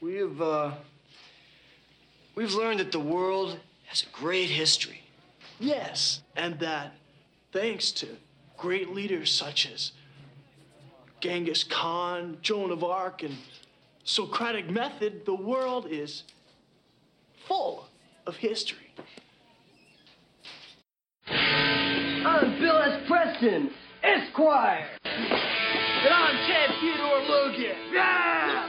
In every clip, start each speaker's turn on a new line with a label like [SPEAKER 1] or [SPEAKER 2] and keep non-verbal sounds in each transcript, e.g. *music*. [SPEAKER 1] We have, uh, we've learned that the world has a great history. Yes, and that thanks to great leaders such as Genghis Khan, Joan of Arc, and Socratic method, the world is full of history.
[SPEAKER 2] I'm Bill S. Preston, Esquire.
[SPEAKER 1] And I'm Chad Theodore Logan.
[SPEAKER 2] Yeah!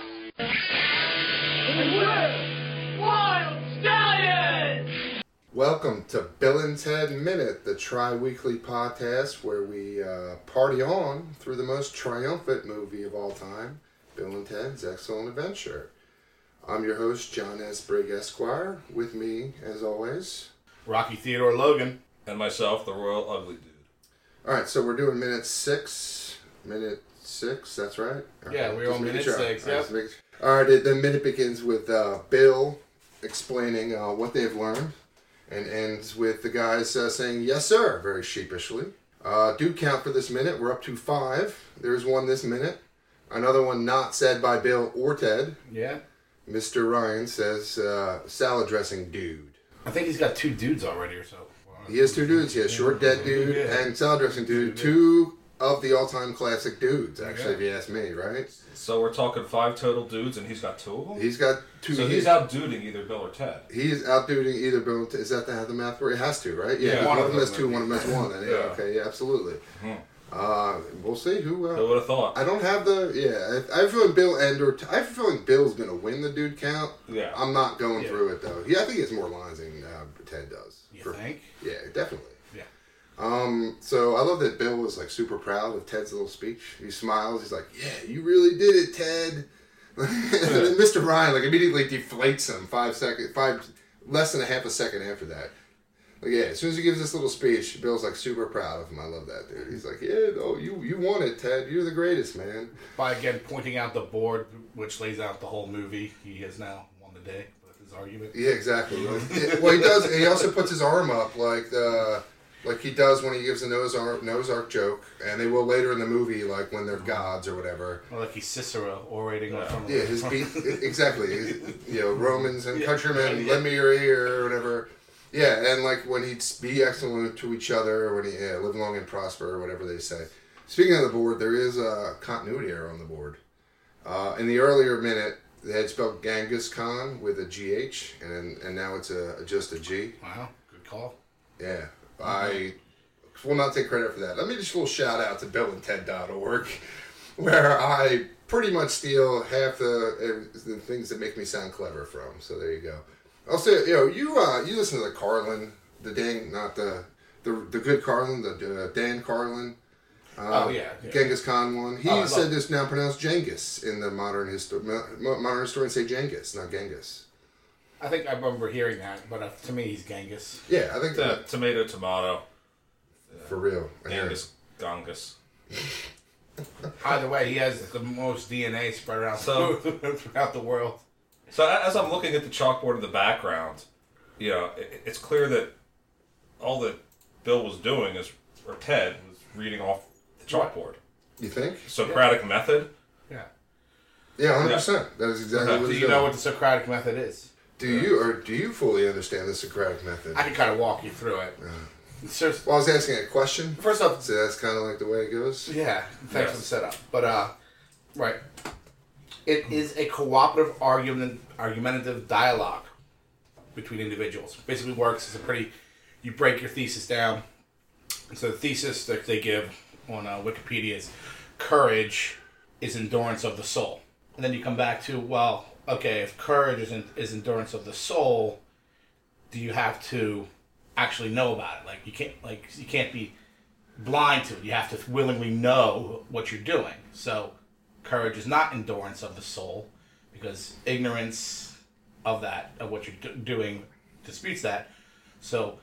[SPEAKER 2] And we're Wild Stallions!
[SPEAKER 3] Welcome to Bill and Ted Minute, the tri weekly podcast where we uh, party on through the most triumphant movie of all time, Bill and Ted's Excellent Adventure. I'm your host, John S. Brigg Esquire. With me, as always.
[SPEAKER 4] Rocky Theodore Logan.
[SPEAKER 5] and myself, the Royal Ugly Dude.
[SPEAKER 3] All right, so we're doing minute six. Minute six, that's right? All
[SPEAKER 4] Yeah,
[SPEAKER 3] right,
[SPEAKER 4] we're
[SPEAKER 3] just
[SPEAKER 4] on
[SPEAKER 3] making
[SPEAKER 4] minute
[SPEAKER 3] sure.
[SPEAKER 4] six,
[SPEAKER 3] All right,
[SPEAKER 4] yep.
[SPEAKER 3] just making sure. All right, the minute begins with uh, Bill explaining uh, what they've learned. and ends with the guys uh, saying yes sir very sheepishly uh, do count for this minute we're up to five there's one this minute another one not said by bill or ted
[SPEAKER 4] Yeah.
[SPEAKER 3] mr ryan says uh, salad dressing dude
[SPEAKER 4] I think he's got two dudes already or so.
[SPEAKER 3] he has two dudes he has short dead dude
[SPEAKER 4] Yeah.
[SPEAKER 3] and salad dressing dude two of the all-time classic dudes actually if you ask me right
[SPEAKER 5] So we're talking five total dudes, and he's got two of them.
[SPEAKER 3] he's got two
[SPEAKER 5] so he's
[SPEAKER 3] he's,
[SPEAKER 5] out duding either Bill or Ted.
[SPEAKER 3] he is outdoing either bill is that the, how the math where it has to right yeah, one,
[SPEAKER 5] Yeah.
[SPEAKER 4] One
[SPEAKER 3] of
[SPEAKER 4] of
[SPEAKER 3] them has
[SPEAKER 4] them,
[SPEAKER 3] two
[SPEAKER 4] I
[SPEAKER 3] one of them has one then, yeah,
[SPEAKER 5] Yeah.
[SPEAKER 3] okay yeah absolutely uh, we'll see who uh,
[SPEAKER 5] Who would have thought?
[SPEAKER 3] I don't have the yeah. I, I have a feeling Bill and or I have a feeling Bill's gonna win the dude count.
[SPEAKER 5] Yeah.
[SPEAKER 3] I'm not going
[SPEAKER 4] Yeah.
[SPEAKER 3] through it though. Yeah, I think it's more lines than uh, Ted does.
[SPEAKER 4] You
[SPEAKER 3] For-
[SPEAKER 4] think?
[SPEAKER 3] Yeah, definitely.
[SPEAKER 4] Yeah.
[SPEAKER 3] Um. So I love that Bill was like super proud of Ted's little speech. He smiles. He's like, "Yeah, you really did it, Ted." *laughs* and then Mr. Ryan like immediately deflates him five second five less than a half a second after that. Like, yeah, as soon as he gives this little speech, Bill's like super proud of him. I love that dude. He's like, yeah, oh, you you won it, Ted. You're the greatest, man.
[SPEAKER 4] By again pointing out the board, which lays out the whole movie, he has now won the day with his argument.
[SPEAKER 3] Yeah, exactly. Like, well, he does. He also puts his arm up like the like he does when he gives a nose arc nose arc joke, and they will later in the movie, like when they're gods or whatever.
[SPEAKER 4] Or like he's Cicero orating
[SPEAKER 5] Yeah.
[SPEAKER 4] from
[SPEAKER 3] Yeah, his beat exactly. His, you know, Romans and
[SPEAKER 4] Yeah,
[SPEAKER 3] countrymen,
[SPEAKER 4] yeah.
[SPEAKER 3] lend me your ear or whatever. Yeah, and like when he'd be excellent to each other, when he yeah, live long and prosper or whatever they say. Speaking of the board, there is a continuity error on the board. Uh, in the earlier minute, they had spelled Genghis Khan with a GH, and and now it's a just a G.
[SPEAKER 4] Wow, good call.
[SPEAKER 3] Yeah, I will not take credit for that. Let me just a little shout out to BillandTed.org, *laughs* where I pretty much steal half the, uh, the things that make me sound clever from. So there you go. Also, you know, you uh, you listen to the Carlin, the Dan, not the the, the good Carlin, the uh, Dan Carlin. Uh,
[SPEAKER 4] Oh, yeah, yeah.
[SPEAKER 3] Genghis Khan one. He
[SPEAKER 4] Oh, I love
[SPEAKER 3] said
[SPEAKER 4] it.
[SPEAKER 3] this now pronounced Genghis in the modern histo- mo- modern historians say Genghis, not Genghis.
[SPEAKER 4] I think I remember hearing that, but uh, to me, he's Genghis.
[SPEAKER 3] Yeah, I think
[SPEAKER 5] Yeah,
[SPEAKER 3] that
[SPEAKER 5] tomato, tomato,
[SPEAKER 3] for real. Yeah.
[SPEAKER 5] Angus, Gongus.
[SPEAKER 4] Either way, he has the most DNA spread around
[SPEAKER 5] So-
[SPEAKER 4] *laughs* throughout the world.
[SPEAKER 5] So a- as I'm looking at the chalkboard in the background, you know, it, it's clear that all that Bill was doing is, or Ted was reading off the chalkboard.
[SPEAKER 3] You think?
[SPEAKER 5] Socratic method.
[SPEAKER 4] Yeah.
[SPEAKER 3] Yeah, hundred percent. That is exactly
[SPEAKER 5] Okay,
[SPEAKER 3] what
[SPEAKER 4] Do
[SPEAKER 3] he's
[SPEAKER 4] you know
[SPEAKER 3] doing.
[SPEAKER 4] what the Socratic method is?
[SPEAKER 3] do you or do you fully understand the Socratic method?
[SPEAKER 4] I can kind of walk you through it. It's just-
[SPEAKER 3] well, I was asking a question,
[SPEAKER 4] First off,
[SPEAKER 3] so that's kind of like the way it goes.
[SPEAKER 4] Yeah, thanks
[SPEAKER 5] Yes.
[SPEAKER 4] for the setup. But uh, right, it is a cooperative argument, argumentative dialogue between individuals. Basically, works as a pretty. You break your thesis down. So the thesis that they give on uh, Wikipedia is courage is endurance of the soul, and then you come back to well, okay, if courage is, en- is endurance of the soul, do you have to actually know about it? Like you can't like you can't be blind to it. You have to willingly know what you're doing. So, courage is not endurance of the soul, because ignorance of that of what you're do- doing disputes that. So,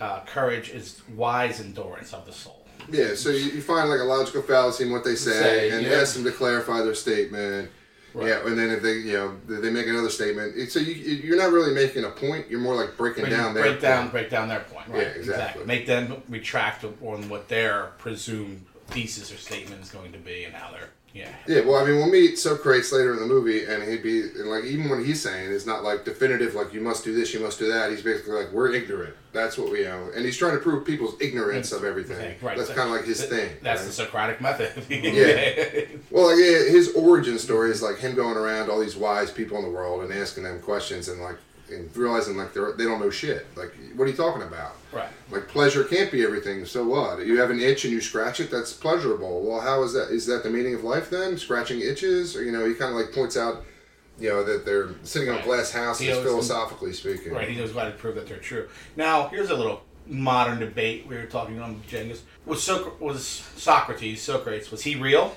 [SPEAKER 4] uh, courage is wise endurance of the soul.
[SPEAKER 3] Yeah. So you, you find like a logical fallacy in what they say,
[SPEAKER 4] Say,
[SPEAKER 3] and
[SPEAKER 4] yeah.
[SPEAKER 3] ask them to clarify their statement. Yeah, and then if they, you know, they they make another statement. It- So you, you're not really making a point. You're more like breaking
[SPEAKER 4] Break
[SPEAKER 3] down
[SPEAKER 4] down,
[SPEAKER 3] their
[SPEAKER 4] break down,
[SPEAKER 3] point.
[SPEAKER 4] break down their point. Right?
[SPEAKER 3] Yeah, exactly.
[SPEAKER 4] Make them retract on what their presumed thesis or statement is going to be and how they're Yeah.
[SPEAKER 3] Yeah, well, I mean, we'll meet Socrates later in the movie, and he'd be and like even what he's saying is not like definitive, like you must do this, you must do that. He's basically like we're ignorant. That's what we know, and he's trying to prove people's ignorance of everything.
[SPEAKER 4] Thing, Right.
[SPEAKER 3] That's
[SPEAKER 4] so-
[SPEAKER 3] kind of like his
[SPEAKER 4] th-
[SPEAKER 3] thing.
[SPEAKER 4] That's
[SPEAKER 3] right?
[SPEAKER 4] the Socratic method. *laughs*
[SPEAKER 3] Yeah. Well, like, yeah, his origin story is like him going around all these wise people in the world and asking them questions and like and realizing like they're they don't know shit. Like, what are you talking about?
[SPEAKER 4] Right.
[SPEAKER 3] Like pleasure can't be everything. So what? You have an itch and you scratch it. That's pleasurable. Well, how is that? Is that the meaning of life then? Scratching itches? Or you know, he kind of like points out, you know, that they're sitting on a
[SPEAKER 4] Right.
[SPEAKER 3] glass house.
[SPEAKER 4] He
[SPEAKER 3] is
[SPEAKER 4] always-
[SPEAKER 3] philosophically speaking.
[SPEAKER 4] Right, he knows how to prove that they're true. Now, here's a little modern debate we were talking on Jengus. Was Soc- was Socrates, Socrates, was he real?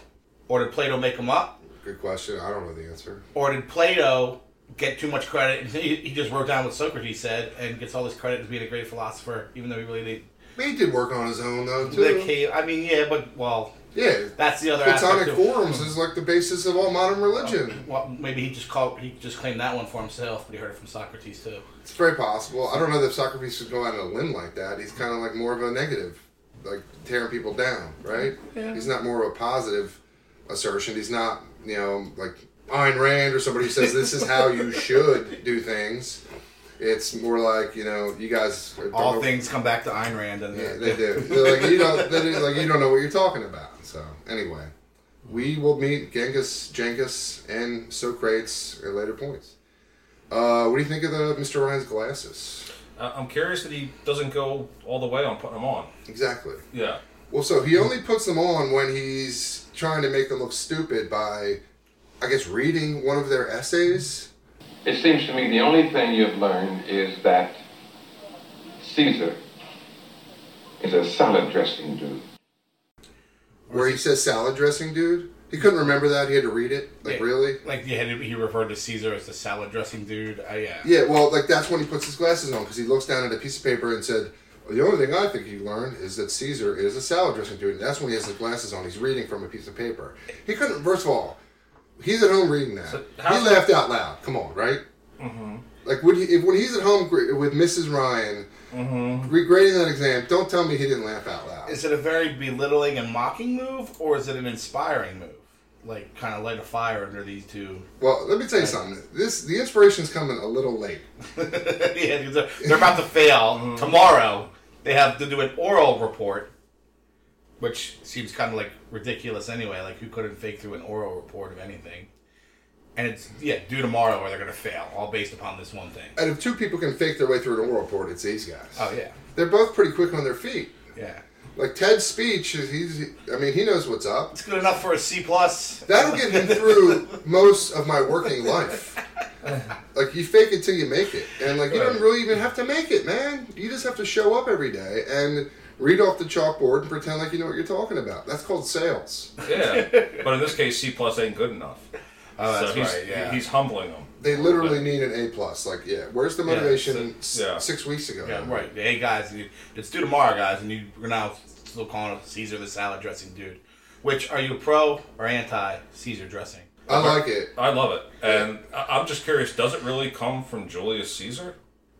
[SPEAKER 4] Or did Plato make him up?
[SPEAKER 3] Good question. I don't know the answer.
[SPEAKER 4] Or did Plato get too much credit *laughs* and he, he just wrote down what Socrates said and gets all this credit as being a great philosopher, even though he really didn't.
[SPEAKER 3] He did work on his own though too.
[SPEAKER 4] Like, he, I mean, yeah, but, well,
[SPEAKER 3] yeah.
[SPEAKER 4] that's the other
[SPEAKER 3] Platonic
[SPEAKER 4] aspect. too.
[SPEAKER 3] forums is like the basis of all modern religion.
[SPEAKER 4] Well, maybe he just called, he just claimed that one for himself, but he heard it from Socrates too.
[SPEAKER 3] It's very possible. I don't know that Socrates should go out on a limb like that. He's kind of like more of a negative, like tearing people down, right? He's not more of a positive assertion. He's not, you know, like Ayn Rand or somebody who says this is how you should do things. It's more like you know, you guys. don't
[SPEAKER 4] All
[SPEAKER 3] know-
[SPEAKER 4] things come back to Ayn Rand and
[SPEAKER 3] Yeah, they do. They're like you don't, they do, like you don't know what you're talking about. So anyway, we will meet Genghis, Genghis, and Socrates at later points. Uh, what do you think of the Mr. Ryan's glasses?
[SPEAKER 5] I- I'm curious that he doesn't go all the way on putting them on.
[SPEAKER 3] Exactly.
[SPEAKER 5] Yeah.
[SPEAKER 3] Well, so he only puts them on when he's trying to make them look stupid by, I guess, reading one of their essays.
[SPEAKER 6] It seems to me the only thing you've learned is that Caesar is a salad dressing dude.
[SPEAKER 3] Where he says salad dressing, dude. He couldn't remember that. He had to read it. Like,
[SPEAKER 4] Yeah.
[SPEAKER 3] really?
[SPEAKER 4] Like yeah, he referred to Caesar as the salad dressing dude. Uh, yeah.
[SPEAKER 3] Yeah, well, like, that's when he puts his glasses on because he looks down at a piece of paper and said, well, The only thing I think you learned is that Caesar is a salad dressing dude. And that's when he has his glasses on. He's reading from a piece of paper. He couldn't, first of all, he's at home reading that.
[SPEAKER 5] So
[SPEAKER 3] he
[SPEAKER 5] how-
[SPEAKER 3] laughed out loud. Come on, right? Like when he, if, when he's at home gr- with Mrs. Ryan regrading that exam, don't tell me he didn't laugh out loud.
[SPEAKER 4] Is it a very belittling and mocking move, or is it an inspiring move? Like kind of light a fire under these two. *laughs*
[SPEAKER 3] well, let me tell you something. This the inspiration's coming a little late.
[SPEAKER 4] yeah, because they're, they're about to fail tomorrow. They have to do an oral report, which seems kind of like ridiculous anyway. Like who couldn't fake through an oral report of anything? And it's yeah, due tomorrow or they're gonna fail, all based upon this one thing.
[SPEAKER 3] And if two people can fake their way through an oral report, it's these guys.
[SPEAKER 4] Oh yeah,
[SPEAKER 3] They're both pretty quick on their feet.
[SPEAKER 4] yeah.
[SPEAKER 3] Like Ted's speech, he's I mean he knows what's up.
[SPEAKER 4] It's good enough for a C plus.
[SPEAKER 3] That'll get him through most of my working life. Like you fake it till you make it, and like you don't really even have to make it, man. You just have to show up every day and read off the chalkboard and pretend like you know what you're talking about. That's called sales.
[SPEAKER 4] *laughs*
[SPEAKER 5] Yeah. but in this case, C plus ain't good enough.
[SPEAKER 4] Oh, that's
[SPEAKER 5] so he's,
[SPEAKER 4] right. Yeah.
[SPEAKER 5] He's humbling them.
[SPEAKER 3] They literally need an A plus. Like, yeah, where's the motivation
[SPEAKER 5] so- yeah.
[SPEAKER 3] s- six weeks ago?
[SPEAKER 4] Yeah, right. Hey guys, you- it's due tomorrow, guys, and you're now still calling Caesar the salad dressing dude. Which are you pro or anti Caesar dressing?
[SPEAKER 3] I like it.
[SPEAKER 5] I love it, and I- I'm just curious. Does it really come from Julius Caesar?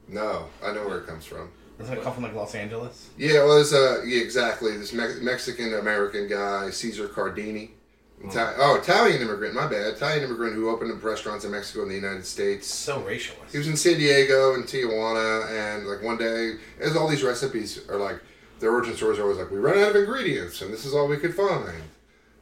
[SPEAKER 3] No, I know where it comes from.
[SPEAKER 4] Doesn't it come from like Los Angeles?
[SPEAKER 3] Yeah, well, there's uh, yeah, exactly this Mex- Mexican American guy, Caesar Cardini. Itali- oh, Italian immigrant. My bad. Italian immigrant who opened up restaurants in Mexico and the United States.
[SPEAKER 4] So
[SPEAKER 3] He
[SPEAKER 4] racialist.
[SPEAKER 3] was in San Diego and Tijuana, and like one day, as all these recipes are like, their origin stories are always like, we ran out of ingredients, and this is all we could find.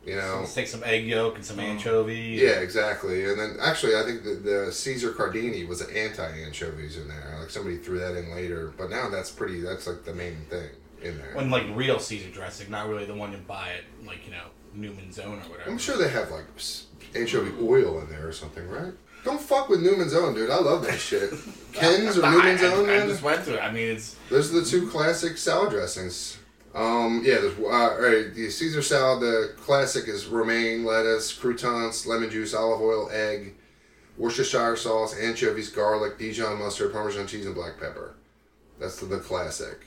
[SPEAKER 3] You know,
[SPEAKER 4] Let's take some egg yolk and some anchovy.
[SPEAKER 3] Yeah, exactly. And then actually, I think the, the Caesar Cardini was an anti anchovies in there. Like somebody threw that in later, but now that's pretty. That's like the main thing in there.
[SPEAKER 4] When like real Caesar dressing, not really the one you buy at like you know Newman's Own or whatever.
[SPEAKER 3] I'm sure they have like s- anchovy oil in there or something, right? Don't fuck with Newman's Own, dude. I love that
[SPEAKER 4] *laughs*
[SPEAKER 3] shit. Ken's or
[SPEAKER 4] I,
[SPEAKER 3] Newman's
[SPEAKER 4] I-
[SPEAKER 3] Own,
[SPEAKER 4] I
[SPEAKER 3] man.
[SPEAKER 4] just went through. it. I mean, it's
[SPEAKER 3] Those are the two classic salad dressings. Um, yeah, there's uh, all right, the Caesar salad. The classic is romaine, lettuce, croutons, lemon juice, olive oil, egg, Worcestershire sauce, anchovies, garlic, Dijon mustard, Parmesan cheese, and black pepper. That's the, the classic,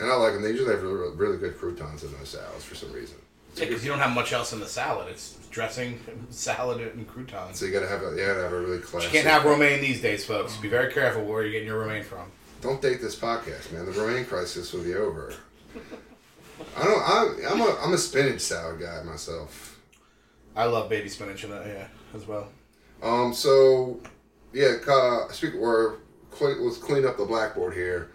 [SPEAKER 3] and I like them. They usually have really, really good croutons in those salads for some reason.
[SPEAKER 4] because you don't have much else in the salad. It's dressing, *laughs* salad, and croutons.
[SPEAKER 3] So you gotta have a you gotta have a really
[SPEAKER 4] You
[SPEAKER 3] classic.
[SPEAKER 4] can't have romaine these days, folks. Be very careful where you're getting your romaine from.
[SPEAKER 3] Don't date this podcast, man. The romaine crisis will be over. I don't. I, I'm a I'm a spinach salad guy myself.
[SPEAKER 4] I love baby spinach in that, yeah, as well.
[SPEAKER 3] Um, so, yeah, uh, speak or clean, let's clean up the blackboard here.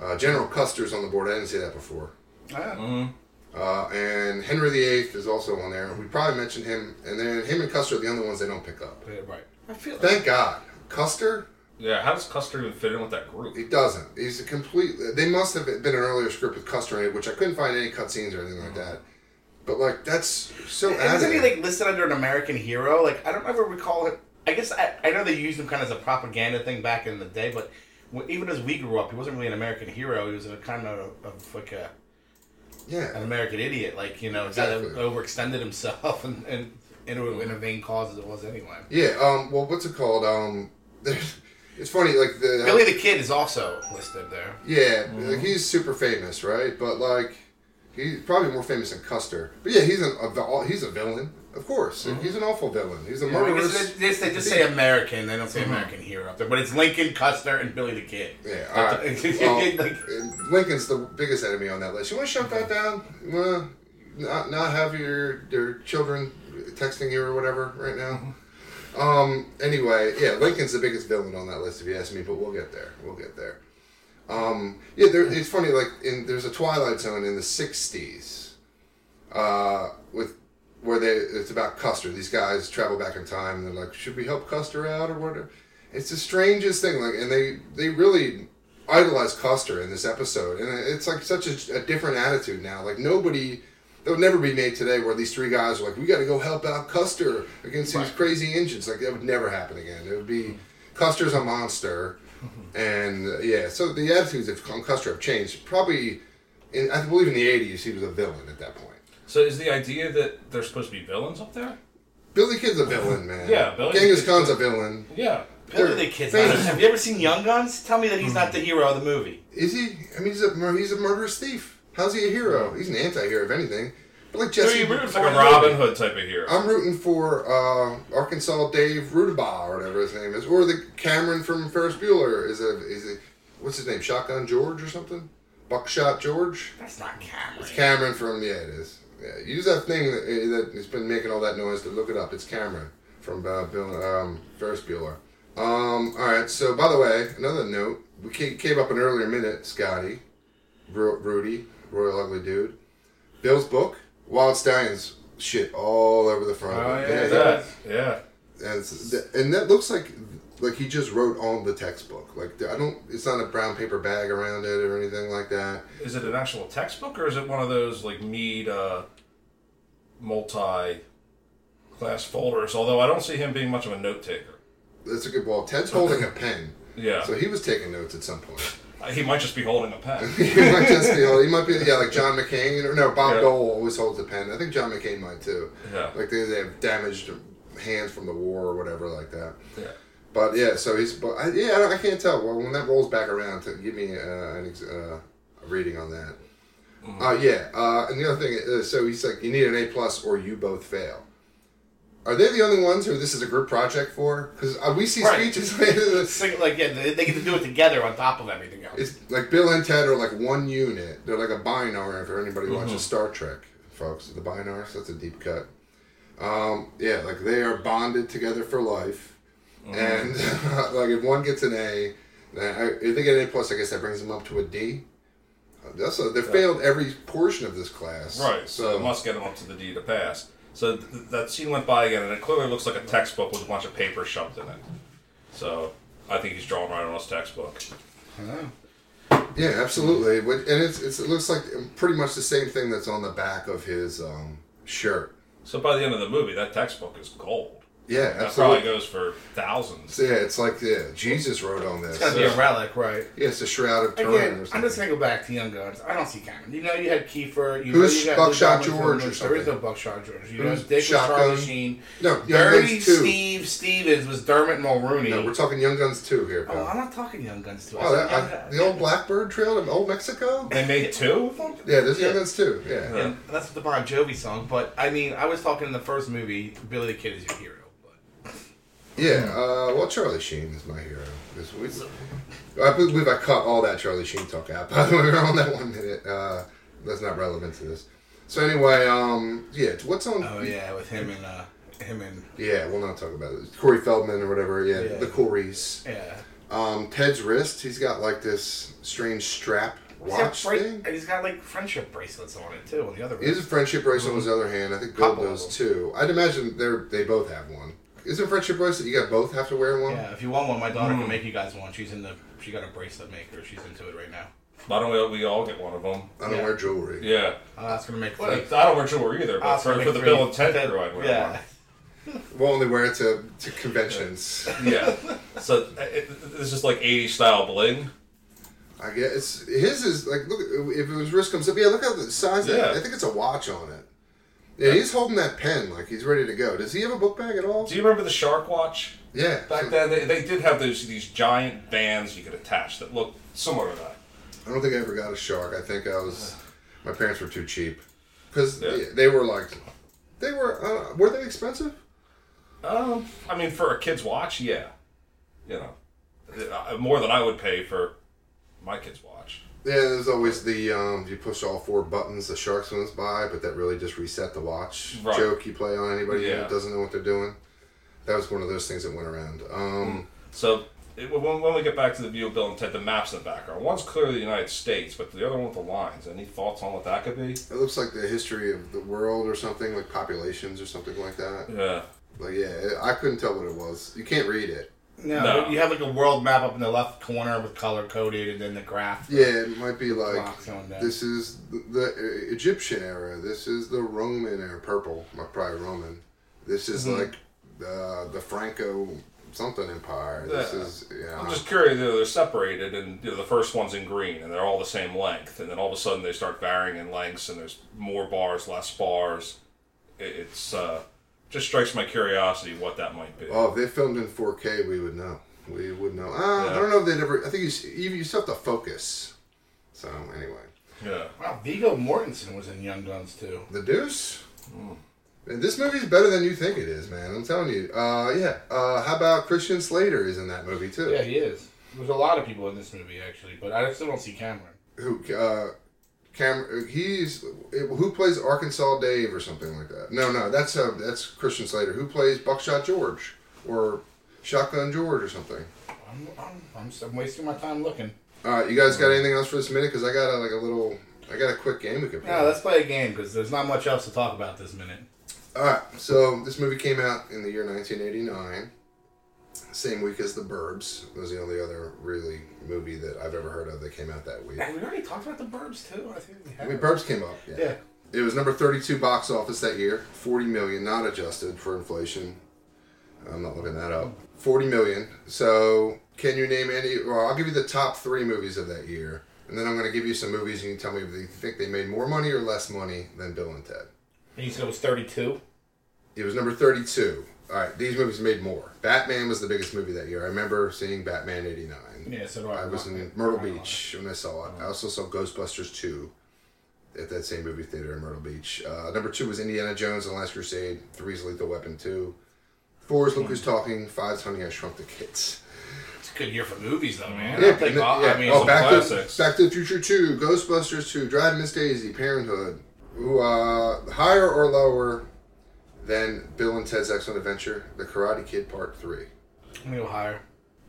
[SPEAKER 3] Uh, General Custer's on the board. I didn't say that before.
[SPEAKER 4] Ah,
[SPEAKER 3] Uh, and Henry VIII is also on there. We probably mentioned him. And then him and Custer are the only ones they don't pick up.
[SPEAKER 4] yeah, right. I feel
[SPEAKER 3] Thank God. Custer,
[SPEAKER 5] Yeah, how does Custer even fit in with that group?
[SPEAKER 3] he doesn't. He's a complete. They must have been an earlier script with Custer in it, which I couldn't find any cutscenes or anything like that. But like that's so.
[SPEAKER 4] And Isn't he
[SPEAKER 3] adamant.
[SPEAKER 4] like listed under an American hero? Like I don't ever recall it. I guess I, I know they used him kind of as a propaganda thing back in the day, but w- even as we grew up, he wasn't really an American hero. He was a kind of, of like a, an
[SPEAKER 3] yeah.
[SPEAKER 4] American idiot, like you know, that
[SPEAKER 3] Exactly.
[SPEAKER 4] overextended himself *laughs* and and into in a vain cause as it was anyway.
[SPEAKER 3] Yeah. Um. Well, what's it called? Um. *laughs* There's. It's funny. Like the
[SPEAKER 4] Billy the Kid is also listed there.
[SPEAKER 3] Yeah, like, he's super famous, right? But like, he's probably more famous than Custer. But yeah, he's an a, vil- he's a villain, of course. He's an awful villain. He's a
[SPEAKER 4] Mm-hmm. Yeah,
[SPEAKER 3] murderer.
[SPEAKER 4] because they, they- they just say American, they don't say American hero up there, but it's Lincoln, Custer, and Billy the Kid.
[SPEAKER 3] Yeah, all right. Well,
[SPEAKER 4] Like-
[SPEAKER 3] and Lincoln's the biggest enemy on that list. You want to shut that down? You want to not, not have your, your children texting you or whatever right now? Um. Anyway, yeah, Lincoln's the biggest villain on that list, if you ask me. But we'll get there. We'll get there. Um. Yeah, there, it's funny. Like, in there's a Twilight Zone in the '60s, uh, with where they it's about Custer. These guys travel back in time. and They're like, should we help Custer out or whatever? It's the strangest thing. Like, and they they really idolize Custer in this episode, and it's like such a, a different attitude now. Like nobody. That would never be made today, where these three guys are like, "We got to go help out Custer against these crazy engines." Like that would never happen again. It would be Custer's a monster, and uh, yeah. So the attitudes of Cu- Custer have changed. Probably, in, I believe in the '80s, he was a villain at that point.
[SPEAKER 5] So is the idea that they're supposed to be villains up there?
[SPEAKER 3] Billy Kid's a villain, man.
[SPEAKER 5] Yeah, Billy
[SPEAKER 3] Genghis
[SPEAKER 5] Kid's-
[SPEAKER 3] Khan's a villain.
[SPEAKER 5] Yeah.
[SPEAKER 4] Billy
[SPEAKER 3] They're
[SPEAKER 4] the Kid's
[SPEAKER 3] famous.
[SPEAKER 4] not- Have you ever seen Young Guns? Tell me that he's not the
[SPEAKER 3] Mm-hmm.
[SPEAKER 4] hero of the movie.
[SPEAKER 3] Is he? I mean, he's a mur- he's a murderous thief. How's he a hero? He's an anti-hero, if anything. But like Jesse,
[SPEAKER 5] It's like a Robin Hood type of hero.
[SPEAKER 3] I'm rooting for uh, Arkansas Dave Rudabaugh or whatever his name is, or the Cameron from Ferris Bueller is a is a what's his name? Shotgun George or something? Buckshot George?
[SPEAKER 4] That's not Cameron.
[SPEAKER 3] Cameron from yeah, it is. Yeah, use that thing that, eh, that has been making all that noise to look it up. It's Cameron from uh, Bill, um, Ferris Bueller. Um, all right. So by the way, another note. We ca- came up an earlier minute. Scotty, Ru- Rudy, Royal Ugly Dude, Bill's book, Wild Stallions. Shit all over the front.
[SPEAKER 4] Oh,
[SPEAKER 5] yeah,
[SPEAKER 4] yeah.
[SPEAKER 5] that. Yeah.
[SPEAKER 3] And, it's- th- and that looks like like he just wrote on the textbook. Like I don't. It's not a brown paper bag around it or anything like that.
[SPEAKER 5] Is it an actual textbook or is it one of those like Mead uh, multi class folders? Although I don't see him being much of a note taker.
[SPEAKER 3] That's a good wall. Ted's holding a pen.
[SPEAKER 5] Yeah.
[SPEAKER 3] So he was taking notes at some point. *laughs*
[SPEAKER 5] Uh, he might just be holding a pen. *laughs*
[SPEAKER 3] he might just be, he might be, yeah, like John McCain or no, Bob
[SPEAKER 5] Yeah.
[SPEAKER 3] Dole always holds a pen. I think John McCain might too.
[SPEAKER 5] Yeah.
[SPEAKER 3] Like they, they have damaged hands from the war or whatever like that.
[SPEAKER 5] yeah.
[SPEAKER 3] But yeah, so he's, but I, yeah, I, don't- I can't tell. Well, when that rolls back around, to give me uh, an ex, uh, a reading on that.
[SPEAKER 5] Mm-hmm.
[SPEAKER 3] Uh, yeah, uh, and the other thing, is, so he's like, you need an A plus or you both fail. Are they the only ones who this is a group project for? Because uh, we see
[SPEAKER 4] Right.
[SPEAKER 3] speeches *laughs* later that
[SPEAKER 5] *laughs*
[SPEAKER 4] It's like, like, yeah, they, they get to do it together on top of everything else.
[SPEAKER 3] It's like Bill and Ted are like one unit. They're like a binar. If anybody
[SPEAKER 5] Mm-hmm.
[SPEAKER 3] watches Star Trek, folks, the binars. That's a deep cut. Um, yeah, like they are bonded together for life.
[SPEAKER 5] Mm-hmm.
[SPEAKER 3] And *laughs* like if one gets an A, then I, if they get an A plus, I guess that brings them up to a D. Uh, That's a, they failed every portion of this class.
[SPEAKER 5] Right. So
[SPEAKER 3] So
[SPEAKER 5] it must get him up to the D to pass. So th- that scene went by again, and it clearly looks like a textbook with a bunch of paper shoved in it. So I think he's drawing right on his textbook.
[SPEAKER 3] yeah, absolutely. But- And it's, it's it looks like pretty much the same thing that's on the back of his um, shirt.
[SPEAKER 5] So by the end of the movie, that textbook is gold.
[SPEAKER 3] Yeah,
[SPEAKER 5] That
[SPEAKER 3] absolutely.
[SPEAKER 5] probably goes for thousands.
[SPEAKER 3] So, yeah, it's like yeah, Jesus wrote on this.
[SPEAKER 4] it's gotta be a relic, right?
[SPEAKER 3] Yeah, it's a shroud of Turin.
[SPEAKER 4] Again,
[SPEAKER 3] or something.
[SPEAKER 4] I'm just gonna go back to Young Guns. I don't see Cameron. You know, you had Kiefer. You
[SPEAKER 3] Who's
[SPEAKER 4] know you got
[SPEAKER 3] Buckshot
[SPEAKER 4] Lou Diamond
[SPEAKER 3] George
[SPEAKER 4] from-
[SPEAKER 3] or something?
[SPEAKER 4] There is no Buckshot George. You know,
[SPEAKER 3] Who's
[SPEAKER 4] Dick was
[SPEAKER 3] Shotgun?
[SPEAKER 4] Charlie Sheen.
[SPEAKER 3] No, Young
[SPEAKER 4] Dirty
[SPEAKER 3] Guns two.
[SPEAKER 4] Steve Stevens was Dermot Mulrooney.
[SPEAKER 3] no, we're talking Young Guns two here,
[SPEAKER 4] oh, I'm
[SPEAKER 3] pal.
[SPEAKER 4] not talking Young Guns too. I
[SPEAKER 3] Oh,
[SPEAKER 4] said
[SPEAKER 3] that,
[SPEAKER 4] Young
[SPEAKER 3] I,
[SPEAKER 4] Guns.
[SPEAKER 3] the old Blackbird Trail in Old Mexico. *laughs*
[SPEAKER 5] They made two of them.
[SPEAKER 3] Yeah, there's Young
[SPEAKER 4] Yeah.
[SPEAKER 3] Guns two. Yeah.
[SPEAKER 4] And that's the Bon Jovi song, but I mean, I was talking in the first movie, Billy the Kid is your hero. But
[SPEAKER 3] Yeah. Uh, well, Charlie Sheen is my hero. 'cause we- I believe *laughs* I cut all that Charlie Sheen talk out. By the way, we're on that one minute. Uh, that's not relevant to this. So anyway, um, yeah, what's on?
[SPEAKER 4] Oh yeah, with him and uh, him and
[SPEAKER 3] Yeah, we'll not talk about it. Corey Feldman or whatever. Yeah,
[SPEAKER 4] Yeah.
[SPEAKER 3] the Corys.
[SPEAKER 4] yeah.
[SPEAKER 3] Um, Ted's wrist. He's got like this strange strap watch
[SPEAKER 4] he's got, bra-
[SPEAKER 3] thing.
[SPEAKER 4] and he's got like friendship bracelets on it too. On the other,
[SPEAKER 3] He has a
[SPEAKER 4] wrist.
[SPEAKER 3] friendship bracelet on his other hand. I think Bill
[SPEAKER 4] Couple of
[SPEAKER 3] does
[SPEAKER 4] them.
[SPEAKER 3] too. I'd imagine they're they both have one. Isn't friendship bracelet? You got both have to wear one.
[SPEAKER 4] yeah. If you want one, my daughter can make you guys one. She's in the. She got a bracelet maker. She's into it right now.
[SPEAKER 5] Why don't we, we all get one of them?
[SPEAKER 3] I don't
[SPEAKER 4] Yeah.
[SPEAKER 3] wear jewelry.
[SPEAKER 5] Yeah.
[SPEAKER 4] Uh, that's gonna make.
[SPEAKER 5] Well,
[SPEAKER 4] three.
[SPEAKER 5] it's- I don't wear jewelry either, but
[SPEAKER 4] Uh,
[SPEAKER 5] for,
[SPEAKER 4] make
[SPEAKER 5] for the
[SPEAKER 4] three.
[SPEAKER 5] Bill and Ted
[SPEAKER 4] Ted-
[SPEAKER 5] crew, I'd wear
[SPEAKER 4] Yeah.
[SPEAKER 5] one.
[SPEAKER 3] We'll only wear it to, to conventions.
[SPEAKER 5] Yeah. So *laughs* uh, it, this is like 80s style bling.
[SPEAKER 3] I guess his is like look if his wrist comes up. Yeah, look how the size. Yeah.
[SPEAKER 5] Yeah.
[SPEAKER 3] I think it's a watch on it. Yeah, he's holding that pen like he's ready to go. Does he have a book bag at all?
[SPEAKER 5] Do you remember the Shark Watch?
[SPEAKER 3] Yeah.
[SPEAKER 5] Back
[SPEAKER 3] so-
[SPEAKER 5] then, they, they did have those these giant bands you could attach that looked similar to that.
[SPEAKER 3] I don't think I ever got a shark. I think I was. My parents were too cheap, because
[SPEAKER 5] Yeah.
[SPEAKER 3] they, they were like, they were uh, were they expensive?
[SPEAKER 5] Um, I mean, for a kid's watch, yeah, you know, uh, more than I would pay for my kid's watch.
[SPEAKER 3] Yeah, there's always the um, you push all four buttons, the shark swims by, but that really just reset the watch
[SPEAKER 5] Right.
[SPEAKER 3] joke you play on anybody
[SPEAKER 5] Yeah.
[SPEAKER 3] who doesn't know what they're doing. That was one of those things that went around. Um,
[SPEAKER 5] So it, when, when we get back to the view of Bill and Ted, the maps in the background. One's clearly the United States, but the other one with the lines. Any thoughts on what that could be?
[SPEAKER 3] It looks like the history of the world or something, like populations or something like that.
[SPEAKER 5] Yeah,
[SPEAKER 3] Like yeah, I couldn't tell what it was. You can't read it.
[SPEAKER 4] No,
[SPEAKER 5] No.
[SPEAKER 4] but you have like a world map up in the left corner with color coded, and then the graph.
[SPEAKER 3] Yeah, it might be like
[SPEAKER 4] Box on that.
[SPEAKER 3] this is the, the Egyptian era. This is the Roman era. Purple, not probably Roman. This is
[SPEAKER 5] Mm-hmm.
[SPEAKER 3] like uh, the the Franco something empire. This
[SPEAKER 5] Yeah.
[SPEAKER 3] is yeah.
[SPEAKER 5] I'm just curious. You know, they're separated, and you know, the first one's in green, and they're all the same length, and then all of a sudden they start varying in lengths, and there's more bars, less bars. It, it's uh, just strikes my curiosity what that might be.
[SPEAKER 3] oh, if they filmed in 4K, we would know. We would know. Ah, I
[SPEAKER 5] Yeah.
[SPEAKER 3] don't know if they'd ever. I think you s- you you still have to focus. So anyway,
[SPEAKER 5] Yeah.
[SPEAKER 4] Wow, Vigo Mortensen was in Young Guns too.
[SPEAKER 3] the Deuce. Man, This movie's better than you think it is, man. I'm telling you. Uh, yeah. Uh, how about Christian Slater is in that movie too?
[SPEAKER 4] Yeah, he is. There's a lot of people in this movie actually, but I still don't see Cameron.
[SPEAKER 3] who uh Cam he's who plays Arkansas Dave or something like that. No, no, that's uh, that's Christian Slater. Who plays Buckshot George or Shotgun George or something.
[SPEAKER 4] I'm, I'm, I'm, s- I'm wasting my time looking.
[SPEAKER 3] All right, you guys got anything else for this minute? Because I got a, like a little, I got a quick game we could play.
[SPEAKER 4] Yeah, let's play a game because there's not much else to talk about this minute.
[SPEAKER 3] All right, so this movie came out in the year 1989, same week as The Burbs. It was the only other really movie that I've ever heard of that came out that week.
[SPEAKER 4] we already talked about the Burbs too. I think we
[SPEAKER 3] I
[SPEAKER 4] have.
[SPEAKER 3] mean, Burbs came up.
[SPEAKER 4] Yeah.
[SPEAKER 3] It was number 32 box office that year, 40 million, not adjusted for inflation. I'm not looking that up. 40 million. So, can you name any? Well, I'll give you the top three movies of that year, and then I'm going to give you some movies, and you can tell me if you think they made more money or less money than Bill and Ted.
[SPEAKER 4] You said it was 32.
[SPEAKER 3] It was number 32. All right, these movies made more. Batman was the biggest movie that year. I remember seeing Batman 89.
[SPEAKER 4] Yeah, so do I.
[SPEAKER 3] I was in Myrtle Beach when I saw it. I also saw Ghostbusters 2 at that same movie theater in Myrtle Beach. Uh, number two was Indiana Jones and the Last Crusade. Three is Lethal Weapon 2. Four is Look Who's Talking. Five is Honey, I Shrunk the Kids.
[SPEAKER 4] It's a good year for movies though, man.
[SPEAKER 3] Yeah,
[SPEAKER 4] I think,
[SPEAKER 3] and then-
[SPEAKER 4] all-
[SPEAKER 3] yeah.
[SPEAKER 4] I mean,
[SPEAKER 3] oh, back
[SPEAKER 5] classics.
[SPEAKER 3] to, back to the Future 2, Ghostbusters 2, Drive Miss Daisy, Parenthood. Ooh, uh, higher or lower than Bill and Ted's Excellent Adventure, The Karate Kid Part 3.
[SPEAKER 4] I'm gonna go higher.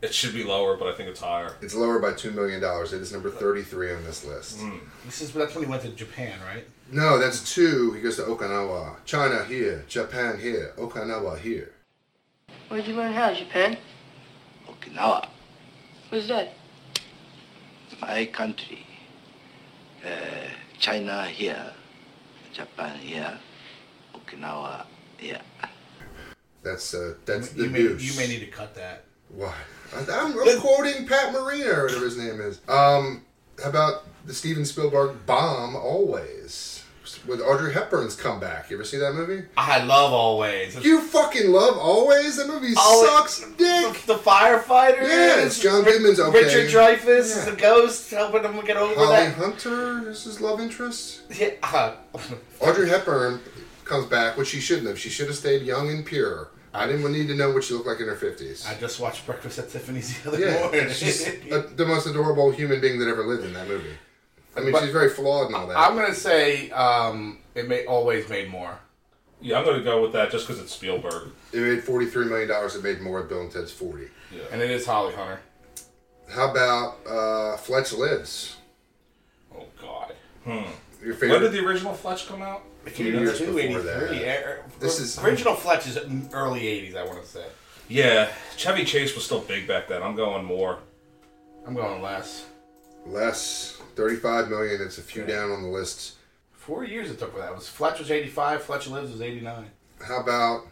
[SPEAKER 5] It should be lower, but I think it's higher.
[SPEAKER 3] It's lower by $2 million. It is number 33 on this list.
[SPEAKER 4] This is that's when he went to Japan, right?
[SPEAKER 3] No, that's two. He goes to Okinawa. China here, Japan here, Okinawa here.
[SPEAKER 7] Where'd you learn how, Japan?
[SPEAKER 1] Okinawa,
[SPEAKER 7] Where's that?
[SPEAKER 1] my country. Uh, China here, Japan here, Okinawa here.
[SPEAKER 3] That's uh, that's the
[SPEAKER 4] you, may,
[SPEAKER 3] news.
[SPEAKER 4] you may need to cut that.
[SPEAKER 3] Why? I- I'm, I'm quoting Pat Marina, or whatever his name is. Um, how about the Steven Spielberg bomb always with Audrey Hepburn's comeback? You ever see that movie?
[SPEAKER 4] I love always. It's-
[SPEAKER 3] You fucking love always. That movie
[SPEAKER 4] Always-
[SPEAKER 3] sucks dick.
[SPEAKER 4] The firefighter.
[SPEAKER 3] Yeah, it's John
[SPEAKER 4] Ri-
[SPEAKER 3] Goodman's okay.
[SPEAKER 4] Richard Dreyfuss is
[SPEAKER 3] Yeah.
[SPEAKER 4] the ghost helping him get over
[SPEAKER 3] Holly
[SPEAKER 4] that.
[SPEAKER 3] Hunter is his love interest.
[SPEAKER 4] Yeah, uh, *laughs*
[SPEAKER 3] Audrey Hepburn comes back, which she shouldn't have. She should have stayed young and pure. I didn't need to know what she looked like in her fifties.
[SPEAKER 4] I just watched Breakfast at Tiffany's the other
[SPEAKER 3] Yeah,
[SPEAKER 4] *laughs* morning.
[SPEAKER 3] she's a, the most adorable human being that ever lived in that movie. I mean, she's very flawed and all that.
[SPEAKER 4] I'm gonna say um, It may always made more.
[SPEAKER 5] Yeah, I'm going to go with that just because it's Spielberg.
[SPEAKER 3] It made $43 million. It made more than Bill and Ted's 40.
[SPEAKER 4] And it is Holly Hunter.
[SPEAKER 3] How about uh, Fletch Lives?
[SPEAKER 4] Oh God.
[SPEAKER 3] Your
[SPEAKER 5] When
[SPEAKER 3] favorite?
[SPEAKER 5] did the original Fletch come out?
[SPEAKER 4] A
[SPEAKER 3] few years before that. This
[SPEAKER 4] This
[SPEAKER 3] is-
[SPEAKER 4] is eh, original Fletch is early '80s. I want to say.
[SPEAKER 5] Yeah, Chevy Chase was still big back then. I'm going more.
[SPEAKER 4] I'm going less.
[SPEAKER 3] Less. 35 million. It's a few down on the list.
[SPEAKER 4] Four years it took for that. It was Fletch was '85. Fletch Lives was '89.
[SPEAKER 3] How about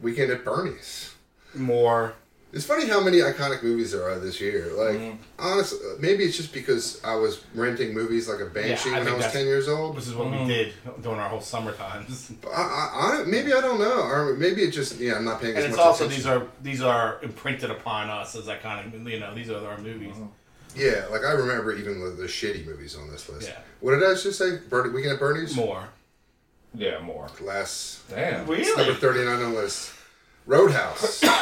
[SPEAKER 3] Weekend at Bernie's?
[SPEAKER 4] More.
[SPEAKER 3] It's funny how many iconic movies there are this year. Like,
[SPEAKER 4] Mm-hmm.
[SPEAKER 3] honestly, maybe it's just because I was renting movies like a banshee
[SPEAKER 4] I
[SPEAKER 3] when I
[SPEAKER 4] think
[SPEAKER 3] was
[SPEAKER 4] that's-
[SPEAKER 3] ten years old.
[SPEAKER 4] This is what we did during our whole summer times.
[SPEAKER 3] I, I, I, maybe I don't know, or maybe it just yeah, I'm not paying as
[SPEAKER 4] And it's
[SPEAKER 3] much
[SPEAKER 4] also
[SPEAKER 3] attention.
[SPEAKER 4] these are these are imprinted upon us as iconic. You know, these are our movies.
[SPEAKER 3] Mm-hmm. Yeah, like I remember even the, the shitty movies on this list.
[SPEAKER 4] Yeah.
[SPEAKER 3] What did I just say? Bernie, Weekend at Bernie's.
[SPEAKER 4] More.
[SPEAKER 5] Yeah, more.
[SPEAKER 3] Last
[SPEAKER 5] Damn.
[SPEAKER 3] it's number thirty nine on the list. Roadhouse. *coughs*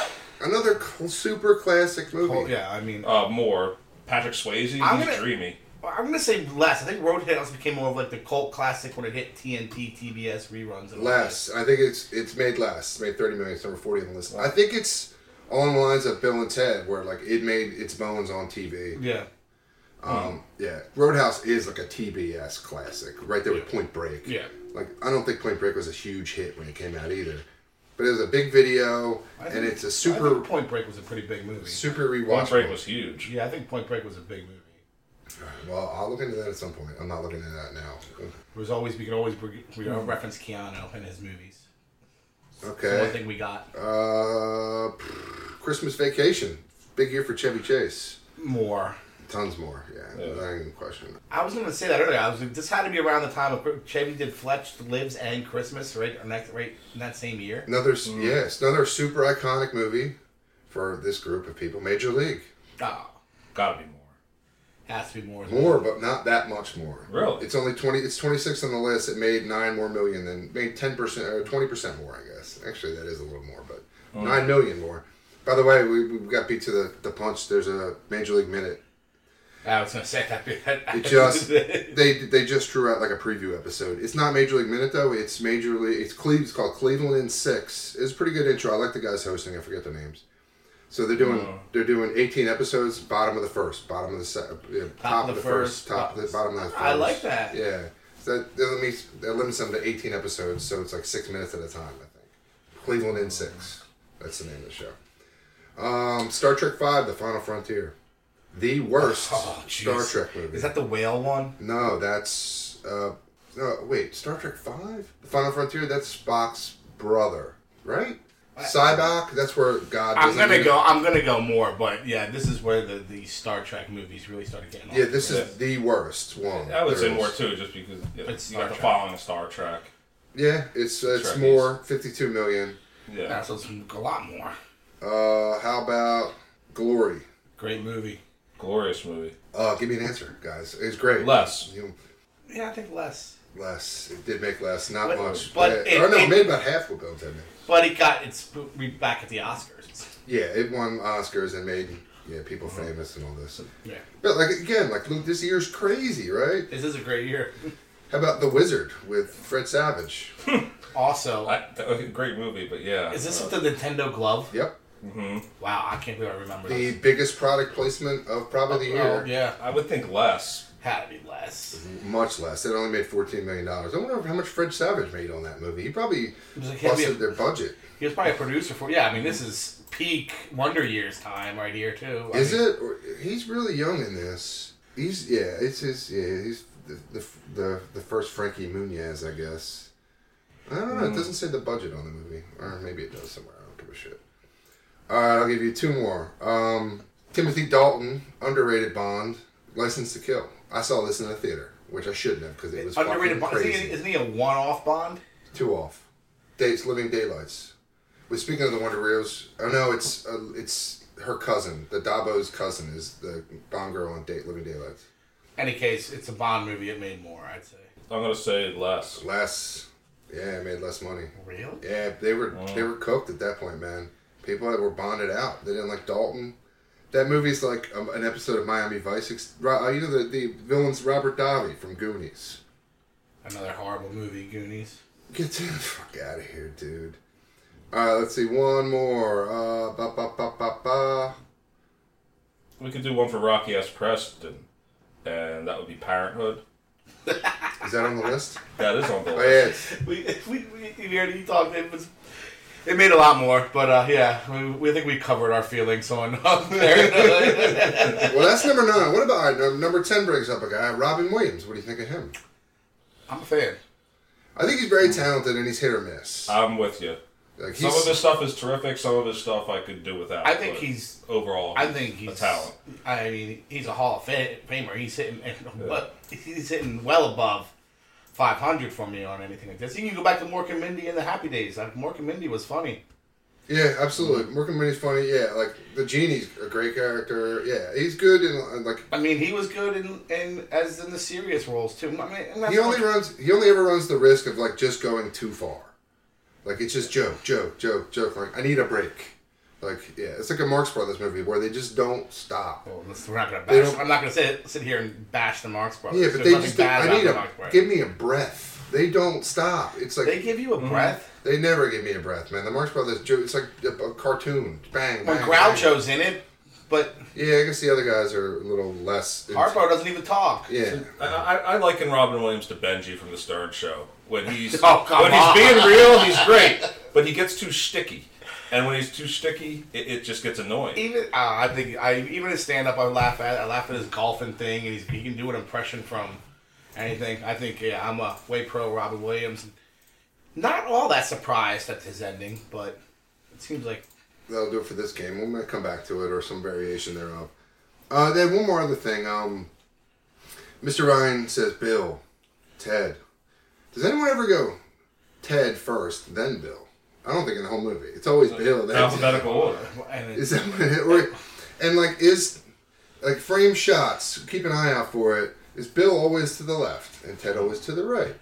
[SPEAKER 3] Another cl- super classic movie.
[SPEAKER 4] Oh, yeah, I mean,
[SPEAKER 5] Uh, more. Patrick Swayze,
[SPEAKER 4] I'm
[SPEAKER 5] he's
[SPEAKER 4] gonna-
[SPEAKER 5] dreamy.
[SPEAKER 4] I'm gonna say less. I think Roadhouse became more of like the cult classic when it hit TNT, TBS reruns. And all
[SPEAKER 3] Less. I think it's it's made less. It's made thirty million. It's number forty on the list. I think it's along the lines of Bill and Ted, where like it made its bones on
[SPEAKER 4] that.
[SPEAKER 3] TV.
[SPEAKER 4] Yeah.
[SPEAKER 3] Um, yeah, Roadhouse is like a TBS classic, right there with Point Break.
[SPEAKER 4] Yeah.
[SPEAKER 3] Like I don't think Point Break was a huge hit when it came out either, but it was a big video, and it's a
[SPEAKER 4] I
[SPEAKER 3] super
[SPEAKER 4] think Point Break was a pretty big movie.
[SPEAKER 3] super
[SPEAKER 5] One break
[SPEAKER 3] rewatchable.
[SPEAKER 5] was huge.
[SPEAKER 4] Yeah, I think Point Break was a big movie.
[SPEAKER 3] Well, I'll look into that at some point. I'm not looking into that now.
[SPEAKER 4] There was always we could always bring- we could reference Keanu in his movies. It's the one
[SPEAKER 3] Okay.
[SPEAKER 4] thing we got
[SPEAKER 3] Uh, Christmas Vacation, big year for Chevy Chase.
[SPEAKER 4] more.
[SPEAKER 3] Tons more, yeah.
[SPEAKER 5] Yeah.
[SPEAKER 3] Not even a question.
[SPEAKER 4] I was gonna say that earlier. I was like, this had to be around the time of Chevy did Fletch Lives and Christmas, right? Or next, right in that same year.
[SPEAKER 3] Another, s
[SPEAKER 4] Mm.
[SPEAKER 3] yes, another super iconic movie for this group of people. Major League.
[SPEAKER 4] Oh,
[SPEAKER 5] Gotta be more.
[SPEAKER 4] has to be more.
[SPEAKER 3] More, but not that much more.
[SPEAKER 5] Really?
[SPEAKER 3] It's only twenty. It's twenty six on the list. It made nine more million than made ten percent or twenty percent more. I guess actually that is a little more, but nine million more. By the way, we, we got beat to the, the punch. There's a Major League minute.
[SPEAKER 4] I was gonna say that. that
[SPEAKER 3] It just *laughs* they they just drew out like a preview episode. It's not Major League Minute though. It's Major League. It's Cleve. It's called Cleveland in Six. It's a pretty good intro. I like the guys hosting. I forget their names. So they're doing they're doing eighteen episodes. Bottom of the first. Bottom of the se- yeah, top, of the first. top of the bottom of the first.
[SPEAKER 4] I like that.
[SPEAKER 3] Yeah. So that, that limits that limits them to eighteen episodes. So it's like six minutes at a time. I think Cleveland in Six. That's the name of the show. Um, Star Trek Five: The Final Frontier. The *laughs* worst
[SPEAKER 4] *laughs* Oh, jeez.
[SPEAKER 3] Star Trek movie.
[SPEAKER 4] Is that the whale one?
[SPEAKER 3] No, that's uh, no. Wait, Star Trek Five, The Final Frontier. That's Spock's brother, right? Cyborg. That's where God.
[SPEAKER 4] I'm
[SPEAKER 3] doesn't
[SPEAKER 4] gonna
[SPEAKER 3] need-
[SPEAKER 4] go. I'm gonna go more, but yeah, this is where the, the Star Trek movies really started getting.
[SPEAKER 3] Yeah,
[SPEAKER 4] off.
[SPEAKER 3] this is the worst one.
[SPEAKER 5] I would
[SPEAKER 3] there
[SPEAKER 5] say
[SPEAKER 3] is.
[SPEAKER 5] more too, just because yeah,
[SPEAKER 4] It's
[SPEAKER 5] you
[SPEAKER 4] Star
[SPEAKER 5] got the
[SPEAKER 4] Trek.
[SPEAKER 5] following of Star Trek.
[SPEAKER 3] Yeah, it's uh, it's
[SPEAKER 5] Trekkies.
[SPEAKER 3] more fifty-two million.
[SPEAKER 5] Yeah.
[SPEAKER 4] Yeah, so it's a lot more.
[SPEAKER 3] Uh, how about Glory?
[SPEAKER 4] Great movie.
[SPEAKER 5] Glorious movie.
[SPEAKER 3] Uh, give me an answer, guys. It's great.
[SPEAKER 5] Less.
[SPEAKER 3] You know,
[SPEAKER 4] Yeah, I think less,
[SPEAKER 3] less. It did make less. Not
[SPEAKER 4] But-
[SPEAKER 3] much.
[SPEAKER 4] but
[SPEAKER 3] yeah. or
[SPEAKER 4] it-
[SPEAKER 3] no,
[SPEAKER 4] it-
[SPEAKER 3] made about half what Bill Ten.
[SPEAKER 4] but it got its we back at the Oscars.
[SPEAKER 3] Yeah, it won Oscars and made yeah people
[SPEAKER 4] Uh-huh.
[SPEAKER 3] famous and all this.
[SPEAKER 4] Yeah,
[SPEAKER 3] But like again, like Luke, this year's crazy, right?
[SPEAKER 4] this is a great year.
[SPEAKER 3] How about The Wizard with Fred Savage?
[SPEAKER 4] Also,
[SPEAKER 5] I, that was a great movie, but yeah.
[SPEAKER 4] is this
[SPEAKER 5] Uh,
[SPEAKER 4] with the Nintendo glove?
[SPEAKER 3] Yep.
[SPEAKER 4] Wow, I can't believe I remember
[SPEAKER 3] The
[SPEAKER 4] this.
[SPEAKER 3] biggest product placement of probably the year.
[SPEAKER 4] Oh, yeah, Mm-hmm.
[SPEAKER 5] I would think less.
[SPEAKER 4] had to be less.
[SPEAKER 3] Much less. It only made $14 million. I wonder how much Fred Savage made on that movie. He probably
[SPEAKER 4] was like, yeah,
[SPEAKER 3] busted
[SPEAKER 4] we-
[SPEAKER 3] their budget.
[SPEAKER 4] He was probably a producer for. Yeah, I mean, this is peak Wonder Years time right here too. I
[SPEAKER 3] Is
[SPEAKER 4] mean,
[SPEAKER 3] it? Or, he's really young in this. He's, yeah, it's his, yeah, he's the, the, the, the first Frankie Muniz, I guess. I don't
[SPEAKER 4] Hmm.
[SPEAKER 3] know. It doesn't say the budget on the movie. Or maybe it does somewhere. I don't give a shit. All right, I'll give you two more. Um, Timothy Dalton, underrated Bond, License to Kill. I saw this in the theater, which I shouldn't have because it was fucking
[SPEAKER 4] underrated Bond?
[SPEAKER 3] crazy.
[SPEAKER 4] Isn't he, isn't he a one-off Bond?
[SPEAKER 3] Two off. Dates, Living Daylights. We're speaking of the Wonder Reels. Oh no, it's uh, it's her cousin, the Dabo's cousin, is the Bond girl on Date Living Daylights.
[SPEAKER 4] Any case, it's a Bond movie. It made more, I'd say.
[SPEAKER 5] I'm gonna say less.
[SPEAKER 3] Less, yeah, it made less money.
[SPEAKER 4] Really?
[SPEAKER 3] Yeah, they were they were cooked at that point, man. People that were bonded out. They didn't like Dalton. That movie's like um, an episode of Miami Vice. Ex- Ro- uh, you know the the villain's Robert Davi from Goonies.
[SPEAKER 4] Another horrible movie, Goonies.
[SPEAKER 3] Get the fuck out of here, dude. All right, let's see. One more. Uh, ba ba ba ba ba.
[SPEAKER 5] We could do one for Rocky S. Preston, and that would be Parenthood.
[SPEAKER 3] Is that on the list?
[SPEAKER 5] That is on
[SPEAKER 3] *laughs*
[SPEAKER 5] the
[SPEAKER 3] Oh,
[SPEAKER 5] list.
[SPEAKER 3] yeah. it's-
[SPEAKER 4] *laughs* We we, we, we already talked. It was it made a lot more, but uh, yeah, we, we think we covered our feelings on *laughs* there.
[SPEAKER 3] Well, that's number nine. What about all right, num- number ten? Brings up a guy, Robin Williams. What do you think of him?
[SPEAKER 4] *laughs* I'm a fan.
[SPEAKER 3] I think he's very talented and he's hit or miss.
[SPEAKER 5] I'm with you.
[SPEAKER 3] Like he's,
[SPEAKER 5] Some of his stuff is terrific. Some of his stuff I could do without.
[SPEAKER 4] I think
[SPEAKER 5] but
[SPEAKER 4] he's-
[SPEAKER 5] overall.
[SPEAKER 4] I think he's
[SPEAKER 5] a talent.
[SPEAKER 4] I mean, he's a Hall of Fa- Famer. He's hitting what he's hitting well above 500 for me on anything like this. You can go back to Mork and Mindy and the Happy Days. Like Mork and Mindy was funny.
[SPEAKER 3] yeah, absolutely. Morgan Minnie's funny. Yeah, like the genie's a great character. Yeah, he's good and like
[SPEAKER 4] I mean, he was good in, in as in the serious roles too. I mean, and that's
[SPEAKER 3] he only
[SPEAKER 4] what-
[SPEAKER 3] runs. He only ever runs the risk of like just going too far. Like it's just joke, joke, joke, joke. Like I need a break. Like yeah, it's like a Marx Brothers movie where they just don't stop.
[SPEAKER 4] Well, listen, we're not gonna
[SPEAKER 3] They
[SPEAKER 4] bash.
[SPEAKER 3] don't-
[SPEAKER 4] I'm not gonna sit, sit here and bash the Marx Brothers.
[SPEAKER 3] Yeah, but
[SPEAKER 4] There's
[SPEAKER 3] they
[SPEAKER 4] nothing
[SPEAKER 3] just.
[SPEAKER 4] bad
[SPEAKER 3] I
[SPEAKER 4] about
[SPEAKER 3] need
[SPEAKER 4] the
[SPEAKER 3] a
[SPEAKER 4] Marx Brothers.
[SPEAKER 3] give me a breath. They don't stop. It's like
[SPEAKER 4] They
[SPEAKER 3] they,
[SPEAKER 4] give you a breath.
[SPEAKER 3] never give me a breath, man. The Marx Brothers. jo- It's like a, a cartoon. Bang.
[SPEAKER 4] When
[SPEAKER 3] bang,
[SPEAKER 4] Groucho's in it, but
[SPEAKER 3] bang. Yeah, I guess the other guys are a little less. int-
[SPEAKER 4] Harpo doesn't even talk.
[SPEAKER 3] Yeah.
[SPEAKER 5] I, I, I liken Robin Williams to Benji from the Stern Show. When
[SPEAKER 3] *laughs*
[SPEAKER 5] he's
[SPEAKER 4] Oh, come
[SPEAKER 5] when
[SPEAKER 4] on.
[SPEAKER 5] he's being real, he's great, but he gets too sticky, and when he's too sticky, it, it just gets annoying.
[SPEAKER 4] Even uh, I think I even his stand up I laugh at I laugh at his golfing thing and he's, he can do an impression from anything. I think yeah I'm a way pro Robin Williams. Not all that surprised at his ending, but it seems like
[SPEAKER 3] that'll do it for this game. We might come back to it or some variation thereof. Uh, then one more other thing. Um, Mr. Ryan says Bill, Ted. Does anyone ever go Ted first, then Bill? I don't think in the whole movie. It's always Bill. Then
[SPEAKER 5] Alphabetical order.
[SPEAKER 4] and
[SPEAKER 3] Is
[SPEAKER 4] it,
[SPEAKER 3] that what it, or, and like is like frame shots? Keep an eye out for it. Is Bill always to the left and Ted always to the right?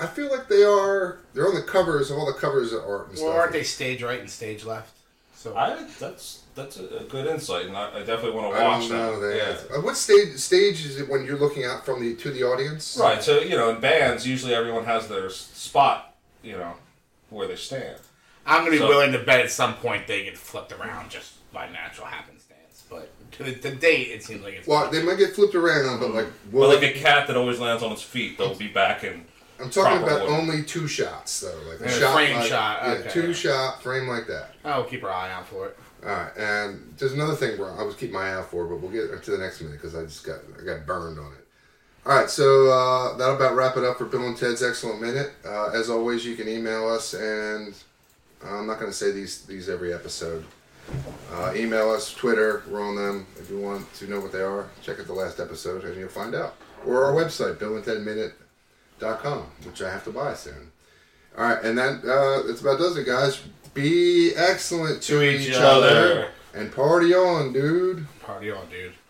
[SPEAKER 3] I feel like they are. They're on the covers of all the covers of art and
[SPEAKER 4] well,
[SPEAKER 3] stuff.
[SPEAKER 4] aren't they stage right and stage left? So
[SPEAKER 5] I, that's that's a, a good insight, and I, I definitely want to
[SPEAKER 3] I
[SPEAKER 5] watch
[SPEAKER 3] don't know
[SPEAKER 5] that.
[SPEAKER 3] that. Uh, What stage stage is it when you're looking out from the to the audience?
[SPEAKER 5] Right. So you know, in bands, usually everyone has their s- spot. You know, where they stand.
[SPEAKER 4] I'm gonna be
[SPEAKER 5] So-
[SPEAKER 4] willing to bet at some point they get flipped around just by natural happenstance. But to, to date, it seems like it's
[SPEAKER 3] Well, they might get flipped around, but like,
[SPEAKER 5] But
[SPEAKER 3] well,
[SPEAKER 5] like a cat that always lands on its feet, they'll be back in.
[SPEAKER 3] I'm talking
[SPEAKER 5] proper
[SPEAKER 3] about
[SPEAKER 5] order.
[SPEAKER 3] only two shots though, like a
[SPEAKER 4] Yeah,
[SPEAKER 3] shot,
[SPEAKER 4] frame
[SPEAKER 3] like-
[SPEAKER 4] shot,
[SPEAKER 3] yeah,
[SPEAKER 4] okay.
[SPEAKER 3] two shot frame like that.
[SPEAKER 4] I'll keep our eye out for it.
[SPEAKER 3] All right, and there's another thing where I was keeping my eye out for, but we'll get to the next minute because I just got I got burned on it. All right, so uh, that'll about wrap it up for Bill and Ted's excellent minute. Uh, as always, you can email us, and uh, I'm not going to say these these every episode. Uh, email us, Twitter, we're on them. If you want to know what they are, check out the last episode and you'll find out. Or our website, BillandTedMinute.com, which I have to buy soon. All right, and that uh, that's about does it, guys. Be excellent to, each, other. and party on, dude.
[SPEAKER 4] Party on, dude.